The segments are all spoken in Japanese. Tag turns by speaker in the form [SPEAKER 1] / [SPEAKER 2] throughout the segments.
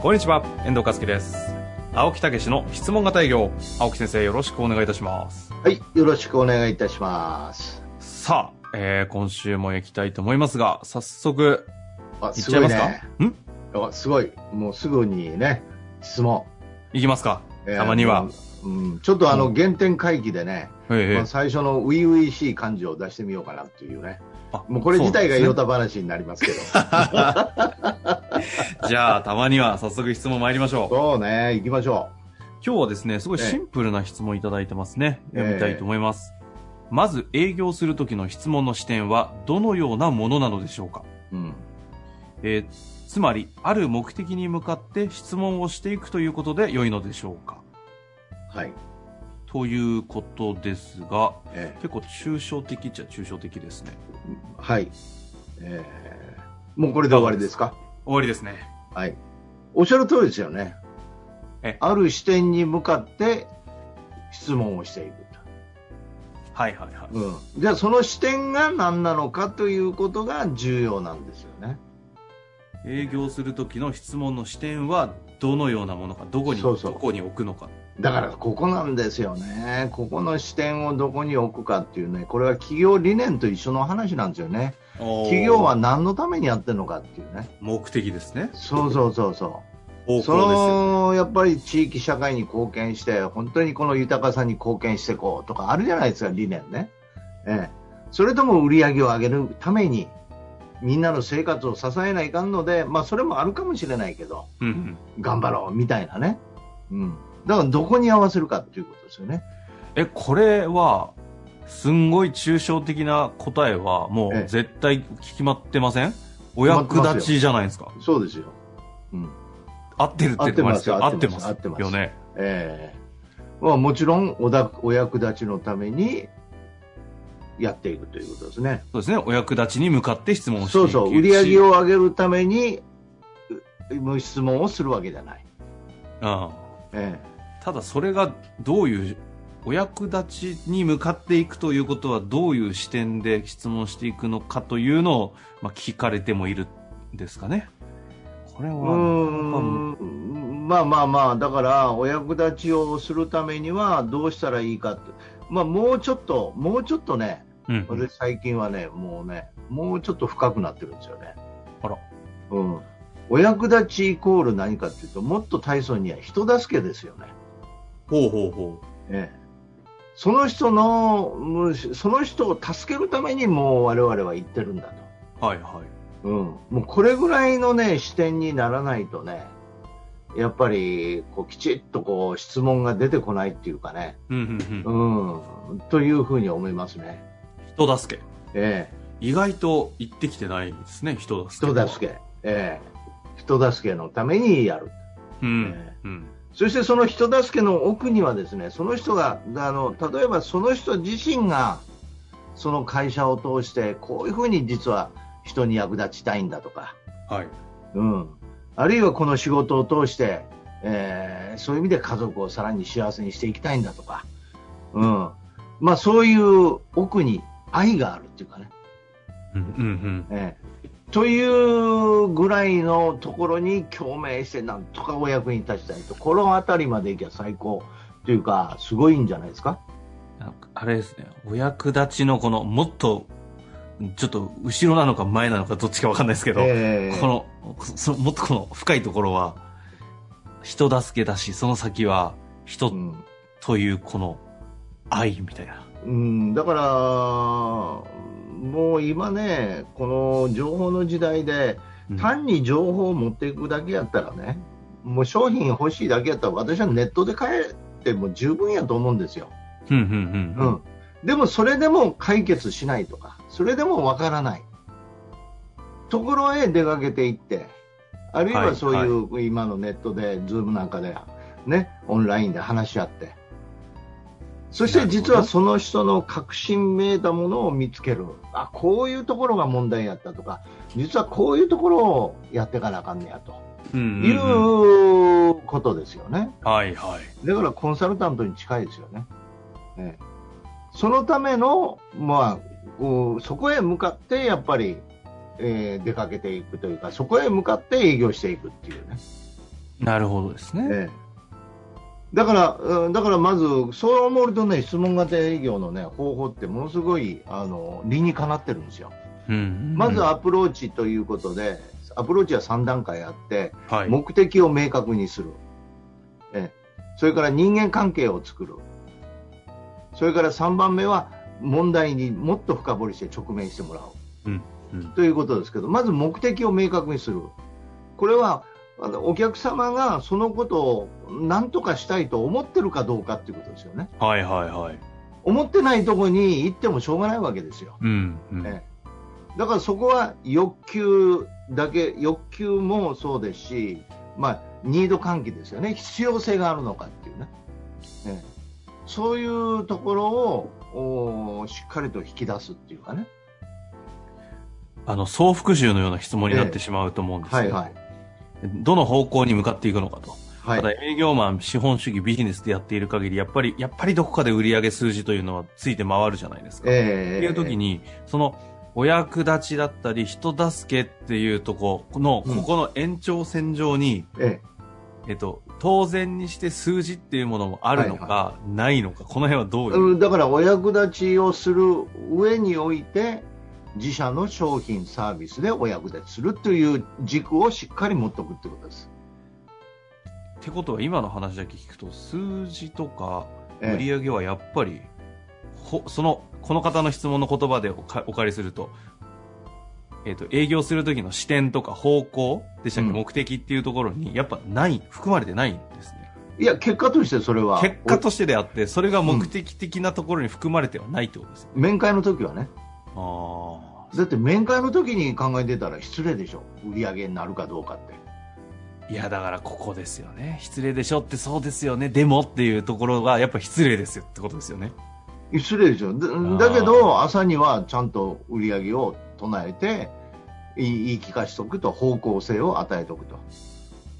[SPEAKER 1] こんにちは、遠藤和樹です。青木武の質問型営業、青木先生よろしくお願いいたします。
[SPEAKER 2] はい、よろしくお願いいたします。
[SPEAKER 1] さあ、えー、今週も行きたいと思いますが、早速、
[SPEAKER 2] あ、
[SPEAKER 1] 行っ
[SPEAKER 2] す
[SPEAKER 1] ちゃい
[SPEAKER 2] ごい
[SPEAKER 1] ますか
[SPEAKER 2] ね。
[SPEAKER 1] ん
[SPEAKER 2] あすごい。もうすぐにね、質問。
[SPEAKER 1] 行きますか
[SPEAKER 2] えー
[SPEAKER 1] たまには。
[SPEAKER 2] うん、ちょっとあの、原点会議でね、
[SPEAKER 1] え
[SPEAKER 2] まあ、最初の初々しい感じを出してみようかなっていうね。
[SPEAKER 1] あ
[SPEAKER 2] もうこれ自体が
[SPEAKER 1] そう
[SPEAKER 2] ヨ
[SPEAKER 1] で
[SPEAKER 2] タ話になりますけど。
[SPEAKER 1] すねじゃあ、たまには早速質問参りましょう。
[SPEAKER 2] そうね、行きましょ
[SPEAKER 1] 今日はですね、すごい
[SPEAKER 2] ええ
[SPEAKER 1] シンプルな質問いただいてますね。
[SPEAKER 2] ええ
[SPEAKER 1] 読みたいと思います。まず、営業する時の質問の視点は、どのようなものなのでしょうか
[SPEAKER 2] う。うん。
[SPEAKER 1] えーつまり、ある目的に向かって質問をしていくということで良いのでしょうか
[SPEAKER 2] はい。
[SPEAKER 1] ということですが、
[SPEAKER 2] え
[SPEAKER 1] 結構抽象的っちゃ抽象的ですね。
[SPEAKER 2] ーはい。えーもうこれで終わりですか
[SPEAKER 1] 終わりですね。
[SPEAKER 2] はい。おっしゃる通りですよね
[SPEAKER 1] え。
[SPEAKER 2] ある視点に向かって質問をしていくと。
[SPEAKER 1] はいはいはい。
[SPEAKER 2] うん、じゃあその視点が何なのかということが重要なんですよね。
[SPEAKER 1] 営業する時の質問の視点はどのようなものか、どこに、
[SPEAKER 2] そうそう
[SPEAKER 1] どこに置くのか。
[SPEAKER 2] だからここなんですよね。ここの視点をどこに置くかっていうね、これは企業理念と一緒の話なんですよね。企
[SPEAKER 1] 企
[SPEAKER 2] 業は何のためにやってるのかっていうね。
[SPEAKER 1] 目的ですね。
[SPEAKER 2] そうそうそうそ
[SPEAKER 1] 方
[SPEAKER 2] う。そ
[SPEAKER 1] 向
[SPEAKER 2] のやっぱり地域社会に貢献して、本当にこの豊かさに貢献していこうとかあるじゃないですか、理念ね。ええ、それとも売り上げを上げるために、みんなの生活を支えないかんので、まあそれもあるかもしれないけど、
[SPEAKER 1] ですよ。うんうん。
[SPEAKER 2] 頑張ろうみたいなね、うん、だからどこに合わせるかっていうことですよね、
[SPEAKER 1] え、これは、すんごい抽象的な答えは、も
[SPEAKER 2] え
[SPEAKER 1] う
[SPEAKER 2] え
[SPEAKER 1] 絶対決まってませんお
[SPEAKER 2] まっ
[SPEAKER 1] 役
[SPEAKER 2] てますよ
[SPEAKER 1] 立ちじゃないですか。
[SPEAKER 2] そうですよ、うん
[SPEAKER 1] 合ってるって言ってもあれですけど合
[SPEAKER 2] 合
[SPEAKER 1] っ
[SPEAKER 2] ってて
[SPEAKER 1] ま。
[SPEAKER 2] ますす合ってます
[SPEAKER 1] よね。
[SPEAKER 2] ええまあ、もちろんおだお役立ちのためにやっていくということですね、
[SPEAKER 1] そうですね。お役立ちに向かって質問をしてい
[SPEAKER 2] そ
[SPEAKER 1] く
[SPEAKER 2] う
[SPEAKER 1] し。
[SPEAKER 2] そう、売り上げを上げるためにう質問をするわけじゃない、
[SPEAKER 1] うん。
[SPEAKER 2] え
[SPEAKER 1] ただそれがどういうお役立ちに向かっていくということはどういう視点で質問していくのかというのを、まあ、聞かれてもいるんですかねこれ
[SPEAKER 2] え、う
[SPEAKER 1] は
[SPEAKER 2] ーんまあまあまあ、だからお役立ちをするためにはどうしたらいいかって、まあ、もうちょっと、もうちょっとね、
[SPEAKER 1] うん
[SPEAKER 2] 俺最近はね、もうね、もうちょっと深くなってるんですよね。
[SPEAKER 1] あら。
[SPEAKER 2] うん。お役立ちイコール何かっていうと、もっと大層には人助けですよね。
[SPEAKER 1] ほうほうほう
[SPEAKER 2] ええ。その人の、むその人を助けるためにもう我々は言ってるんだ
[SPEAKER 1] はいはい
[SPEAKER 2] と。うん。もうこれぐらいのね、視点にならないとね、やっぱり、こう、きちっとこう、質問が出てこないっていうかね、
[SPEAKER 1] うんうんう
[SPEAKER 2] うんん、というふうに思いますね。
[SPEAKER 1] 人助け
[SPEAKER 2] ええ。
[SPEAKER 1] 意外と言ってきてないですね人助け
[SPEAKER 2] 人助け、ええ人助けのためにやる。
[SPEAKER 1] うん
[SPEAKER 2] え
[SPEAKER 1] うん
[SPEAKER 2] そしてその人助けの奥にはですね、その人が、あの、例えばその人自身が、その会社を通して、こういうふうに実は人に役立ちたいんだとか、
[SPEAKER 1] はい
[SPEAKER 2] うん。あるいはこの仕事を通して、えーそういう意味で家族をさらに幸せにしていきたいんだとか、うん。まあそういう奥に愛があるっていうかね、
[SPEAKER 1] うんうん
[SPEAKER 2] ええ、というぐらいのところに共鳴して、なんとかお役に立ちたいと、この辺りまでいけば最高というか、すごいんじゃないですか。
[SPEAKER 1] うんなんかあれですねお役立ちのこのもっとちょっと後ろなのか前なのかどっちかわかんないですけど、
[SPEAKER 2] ええ
[SPEAKER 1] このそもっとこの深いところは人助けだしその先は人
[SPEAKER 2] うん
[SPEAKER 1] というこの愛みたいな、
[SPEAKER 2] うん、だから、もう今ね、この情報の時代で、単に情報を持っていくだけやったらね、もう商品欲しいだけやったら、私はネットで買えても十分やと思うんですよ。
[SPEAKER 1] うんうんう
[SPEAKER 2] うんん、でもそれでも解決しないとか、それでもわからないところへ出かけていって、あるい
[SPEAKER 1] は
[SPEAKER 2] はいそういう今のネットで、ズームなんかで、ね、オンラインで話し合って、そし
[SPEAKER 1] な
[SPEAKER 2] て
[SPEAKER 1] るほど
[SPEAKER 2] 実はその人の確信めいたものを見つける、あこういうところが問題やったとか、実はこういうところをやっていかなあかんねやと
[SPEAKER 1] うん
[SPEAKER 2] い
[SPEAKER 1] うんうん
[SPEAKER 2] うことですよね。
[SPEAKER 1] はいはい。
[SPEAKER 2] だからコンサルタントに近いですよね。ねそのための、まあ、うんそこへ向かってやっぱり、えー出かけていくというか、そこへ向かって営業していくっていうね。
[SPEAKER 1] なるほどですね。
[SPEAKER 2] ええだから、うんだからまず、そう思うとね、質問型営業のね、方法ってものすごい、あの、理にかなってるんですよ。
[SPEAKER 1] うん
[SPEAKER 2] まずアプローチということで、アプローチは3段階あって、
[SPEAKER 1] はい。
[SPEAKER 2] 目的を明確にする、ええそれから人間関係を作る、それから3番目は問題にもっと深掘りして直面してもら
[SPEAKER 1] う
[SPEAKER 2] う、
[SPEAKER 1] んうん
[SPEAKER 2] ということですけど、まず目的を明確にする、これはあのお客様がそのことを何とかしたいと思ってるかどうかということですよね、
[SPEAKER 1] はいはいはい。
[SPEAKER 2] 思ってないところに行ってもしょうがないわけですよ。
[SPEAKER 1] うんうん
[SPEAKER 2] えだからそこは欲求だけ、欲求もそうですし、まあ、ニード喚起ですよね、必要性があるのかっていうね、ええそういうところをおーしっかりと引き出すっていうかね、
[SPEAKER 1] あの、総復習のような質問になってしまうと思うんです
[SPEAKER 2] はい
[SPEAKER 1] けど
[SPEAKER 2] はい、
[SPEAKER 1] どの方向に向かっていくのかと。
[SPEAKER 2] はい、
[SPEAKER 1] ただ営業マン、資本主義、ビジネスでやっている限り、やっぱり、やっぱりどこかで売上数字というのはついて回るじゃないですか。って
[SPEAKER 2] え
[SPEAKER 1] いう時に、その、お役立ちだったり、人助けっていうとこの、
[SPEAKER 2] うん
[SPEAKER 1] ここの延長線上に、
[SPEAKER 2] ええ
[SPEAKER 1] えっと、当然にして数字っていうものもあるのか、
[SPEAKER 2] は
[SPEAKER 1] ないのか、この辺はどういう、
[SPEAKER 2] うんだからお役立ちをする上において、自社の商品、サービスでお役立ちするという軸をしっかり持っておくってことです。
[SPEAKER 1] ってことは今の話だけ聞くと、数字とか、
[SPEAKER 2] ええ
[SPEAKER 1] 売り上げはやっぱり、ほそのこの方の質問の言葉でおかお借りすると,、えっと営業する時の視点とか方向でしたっけ、
[SPEAKER 2] うん
[SPEAKER 1] 目的っていうところにやっぱない含まれてないんですね
[SPEAKER 2] いや、結果としてそれは。
[SPEAKER 1] 結果としてであってそれが目的的なところに含まれてはないってことですよ、
[SPEAKER 2] 面会の時はね、
[SPEAKER 1] あ
[SPEAKER 2] だって面会の時に考えてたら失礼でしょ、売り上げになるかどうかって。
[SPEAKER 1] あいやだからここですよね失礼でしょってそうですよねでもっていうところがやっぱ失礼ですよってことですよね
[SPEAKER 2] 失礼でしょ、
[SPEAKER 1] ー
[SPEAKER 2] だだけど朝にはちゃんと売り上げを唱えて、い言い聞かしておくと、方向性を与えておくと、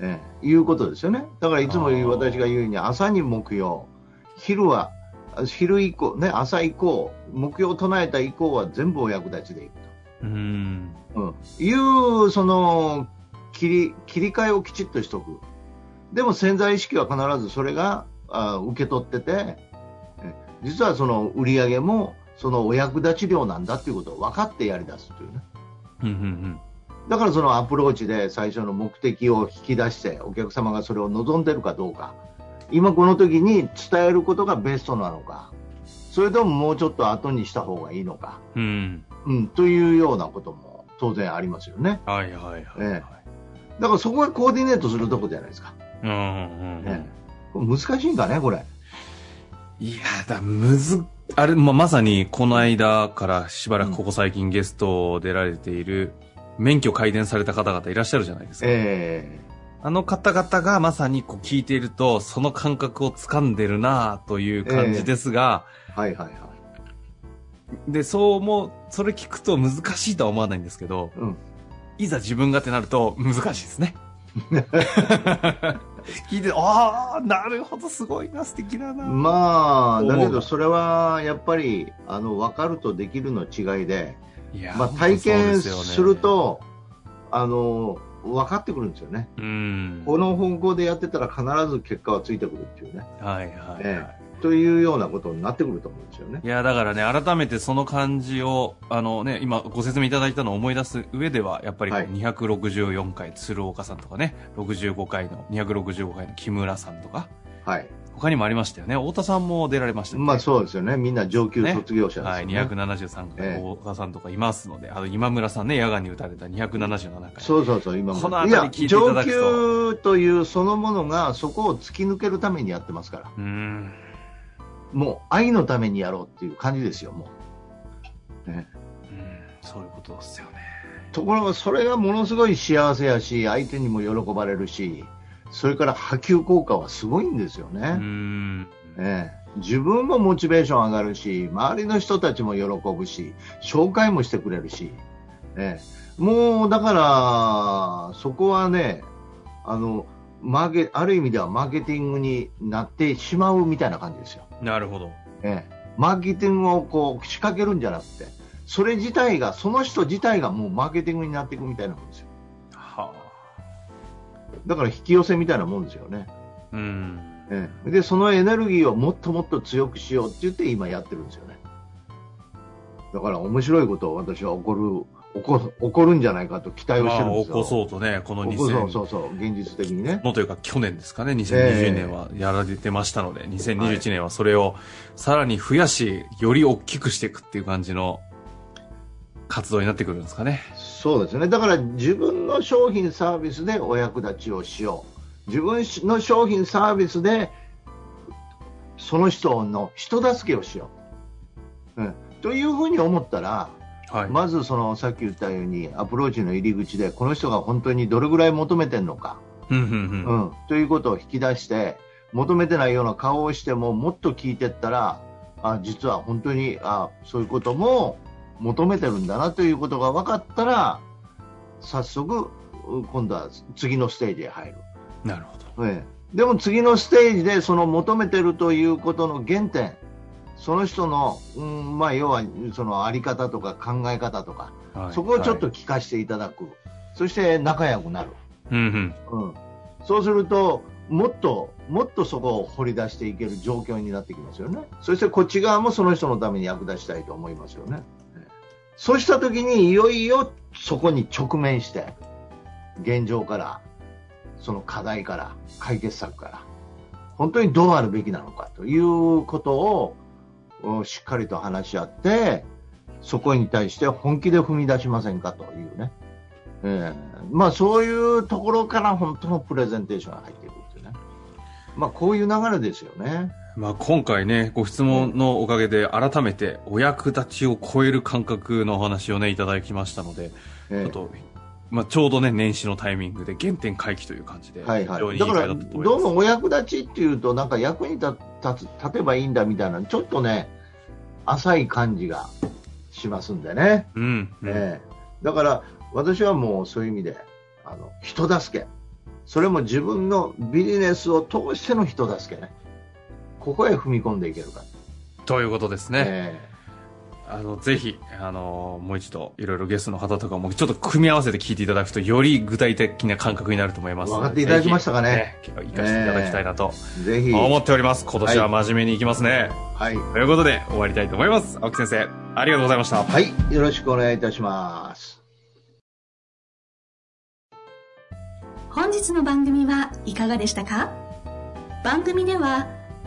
[SPEAKER 2] ええいうことですよね。だからいつも言う
[SPEAKER 1] あー
[SPEAKER 2] 私が言うように、朝に目標、昼は、あ昼以降、ね、朝以降、目標を唱えた以降は全部お役立ちでいく
[SPEAKER 1] うん
[SPEAKER 2] と、うん、いう、その切り、切り替えをきちっとしておく。でも潜在意識は必ずそれがあ受け取ってて、え実はその売り上げもそのお役立ち量なんだっていうことを分かってやり出すというね。
[SPEAKER 1] うんうんうん
[SPEAKER 2] だからそのアプローチで最初の目的を引き出して、お客様がそれを望んでるかどうか、今この時に伝えることがベストなのか、それとももうちょっと後にした方がいいのか、
[SPEAKER 1] うん
[SPEAKER 2] うん、というようなことも当然ありますよね。
[SPEAKER 1] はいはいはい、はい
[SPEAKER 2] えだからそこがコーディネートするとこじゃないですか。
[SPEAKER 1] うんうんうん、
[SPEAKER 2] ええこれ難しいんかね、これ。
[SPEAKER 1] いやだ、むず、あれ、ま、まさに、この間からしばらくここ最近ゲスト出られている、免許改伝された方々いらっしゃるじゃないですか。
[SPEAKER 2] え
[SPEAKER 1] あの方々がまさにこう聞いていると、その感覚を掴んでるなあという感じですが、
[SPEAKER 2] えはいはいはい。
[SPEAKER 1] で、そうも、それ聞くと難しいとは思わないんですけど、
[SPEAKER 2] うん
[SPEAKER 1] いざ自分がってなると難しいです ね。聞いて、ああ、なるほど、すごいな、素敵だな。
[SPEAKER 2] まあ、
[SPEAKER 1] 思う
[SPEAKER 2] だけどそれはやっぱりあの分かるとできるの違いで、
[SPEAKER 1] いや
[SPEAKER 2] ま
[SPEAKER 1] 本当
[SPEAKER 2] あ、
[SPEAKER 1] そう
[SPEAKER 2] 体験
[SPEAKER 1] ですよね
[SPEAKER 2] する、とあの分かってくるんですよね、
[SPEAKER 1] うん。
[SPEAKER 2] この方向でやってたら必ず結果はついてくるっていうね、
[SPEAKER 1] はいはい、
[SPEAKER 2] えというようなことになってくると思うんですよね。
[SPEAKER 1] いやだからね改めてその感じをあのね今ご説明いただいたのを思い出す上ではやっぱりこう
[SPEAKER 2] はい
[SPEAKER 1] 264回鶴岡さんとかね65回の265回の木村さんとか
[SPEAKER 2] はい、
[SPEAKER 1] 他にもありましたよね太田さんも出られましたよね
[SPEAKER 2] まあそうですよね、みんな上級
[SPEAKER 1] ね
[SPEAKER 2] 卒業者です
[SPEAKER 1] は
[SPEAKER 2] よ
[SPEAKER 1] い、
[SPEAKER 2] ね。
[SPEAKER 1] 273回、
[SPEAKER 2] ええ
[SPEAKER 1] 太田さんとかいますので、あの今村さんね、野外に打たれた277回。
[SPEAKER 2] そうそうそう、今
[SPEAKER 1] この
[SPEAKER 2] も。
[SPEAKER 1] 辺
[SPEAKER 2] い
[SPEAKER 1] り
[SPEAKER 2] や、
[SPEAKER 1] 聞いていただく
[SPEAKER 2] 上
[SPEAKER 1] と
[SPEAKER 2] 級というそのものが、そこを突き抜けるためにやってますから、
[SPEAKER 1] うーん、
[SPEAKER 2] もう愛のためにやろうっていう感じですよ、もう。
[SPEAKER 1] うんそういうことですよね。
[SPEAKER 2] ところがそれがものすごい幸せやし相手にも喜ばれるしそれから波及効果はすごいんですよ
[SPEAKER 1] うー
[SPEAKER 2] ね、
[SPEAKER 1] ん。
[SPEAKER 2] ええ自分もモチベーション上がるし周りの人たちも喜ぶし紹介もしてくれるし、ええもうだからそこはねあのマーケある意味ではマーケティングになってしまうみたいな感じですよ。
[SPEAKER 1] なるほど。
[SPEAKER 2] ええ、マーケティングをこう仕掛けるんじゃなくてそれ自体がその人自体がもうマーケティングになっていくみたいなもんですよ
[SPEAKER 1] は
[SPEAKER 2] だから引き寄せみたいなもんですよね、
[SPEAKER 1] あ。うん。
[SPEAKER 2] ええ、でそのエネルギーをもっともっと強くしようって言って今やってるんですよねだから面白いことを私は起こる起こ起こるんじゃないかと期待をし
[SPEAKER 1] ま
[SPEAKER 2] てるん
[SPEAKER 1] あ、
[SPEAKER 2] で
[SPEAKER 1] 起
[SPEAKER 2] すよ、
[SPEAKER 1] こそうとね、この
[SPEAKER 2] 起こそう
[SPEAKER 1] 2000
[SPEAKER 2] そうそう現実的にね
[SPEAKER 1] のというか去年ですかね、
[SPEAKER 2] ええ
[SPEAKER 1] 2020年はやられてましたので、2021年はそれをさらに増やし、より大きくしていくっていう感じの活動になってくるんですかね。
[SPEAKER 2] そうですねだから自分の商品サービスでお役立ちをしよう自分の商品サービスでその人の人助けをしよう、うん、というふうに思ったら
[SPEAKER 1] はい。
[SPEAKER 2] まずそのさっき言ったようにアプローチの入り口でこの人が本当にどれぐらい求めてるのか、
[SPEAKER 1] うんうん
[SPEAKER 2] う
[SPEAKER 1] うん。
[SPEAKER 2] ん、ということを引き出して求めてないような顔をしてももっと聞いてったらあ実は本当にあそういうことも求めてるんだなということが分かったら早速う今度は次のステージへ入る、
[SPEAKER 1] なるほど。
[SPEAKER 2] ええでも次のステージでその求めてるということの原点その人の、うんまあ、要はそのあり方とか考え方とか、
[SPEAKER 1] はい
[SPEAKER 2] そこをちょっと
[SPEAKER 1] はい
[SPEAKER 2] 聞かせていただく、そして仲良くなる。
[SPEAKER 1] うんうん。
[SPEAKER 2] うん、そうするともっともっとそこを掘り出していける状況になってきますよねそしてこっち側もその人のために役立ちたいと思いますよねええそうした時にいよいよそこに直面して現状からその課題から解決策から本当にどうあるべきなのかということをおしっかりと話し合ってそこに対して本気で踏み出しませんかというねええまあそういうところから本当のプレゼンテーションが入ってくるっていうね。まあこういう流れですよね。
[SPEAKER 1] まあ今回ね、ご質問のおかげで改めてお役立ちを超える感覚のお話をね、いただきましたので、ち
[SPEAKER 2] え
[SPEAKER 1] ょっ
[SPEAKER 2] え
[SPEAKER 1] と、まあちょうどね、年始のタイミングで原点回帰という感じで、
[SPEAKER 2] はい
[SPEAKER 1] 非常
[SPEAKER 2] はい。
[SPEAKER 1] に
[SPEAKER 2] だ
[SPEAKER 1] いい
[SPEAKER 2] か
[SPEAKER 1] 回だ
[SPEAKER 2] らど
[SPEAKER 1] ったと思います。
[SPEAKER 2] うもお役立ちっていうとなんか役に立立つ立てばいいんだみたいなちょっとね浅い感じがしますんでね。
[SPEAKER 1] うん、うん
[SPEAKER 2] ええだから私はもうそういう意味であの人助けそれも自分のビジネスを通しての人助けねここへ踏み込んでいけるか、
[SPEAKER 1] ということですね。
[SPEAKER 2] ええ
[SPEAKER 1] あの、ぜひ、あの、もう一度、いろいろゲストの方とかも、ちょっと組み合わせて聞いていただくと、より具体的な感覚になると思いますので。
[SPEAKER 2] 分かっていただきましたかね
[SPEAKER 1] ぜひ。ね活かしていただきたいなと
[SPEAKER 2] ぜひ、
[SPEAKER 1] 思っております。今年は真面目にいきますね。
[SPEAKER 2] はい、
[SPEAKER 1] ということで、終わりたいと思います。青木先生、ありがとうございました。
[SPEAKER 2] はい、よろしくお願いいたします。
[SPEAKER 3] 本日の番組はいかがでしたか番組では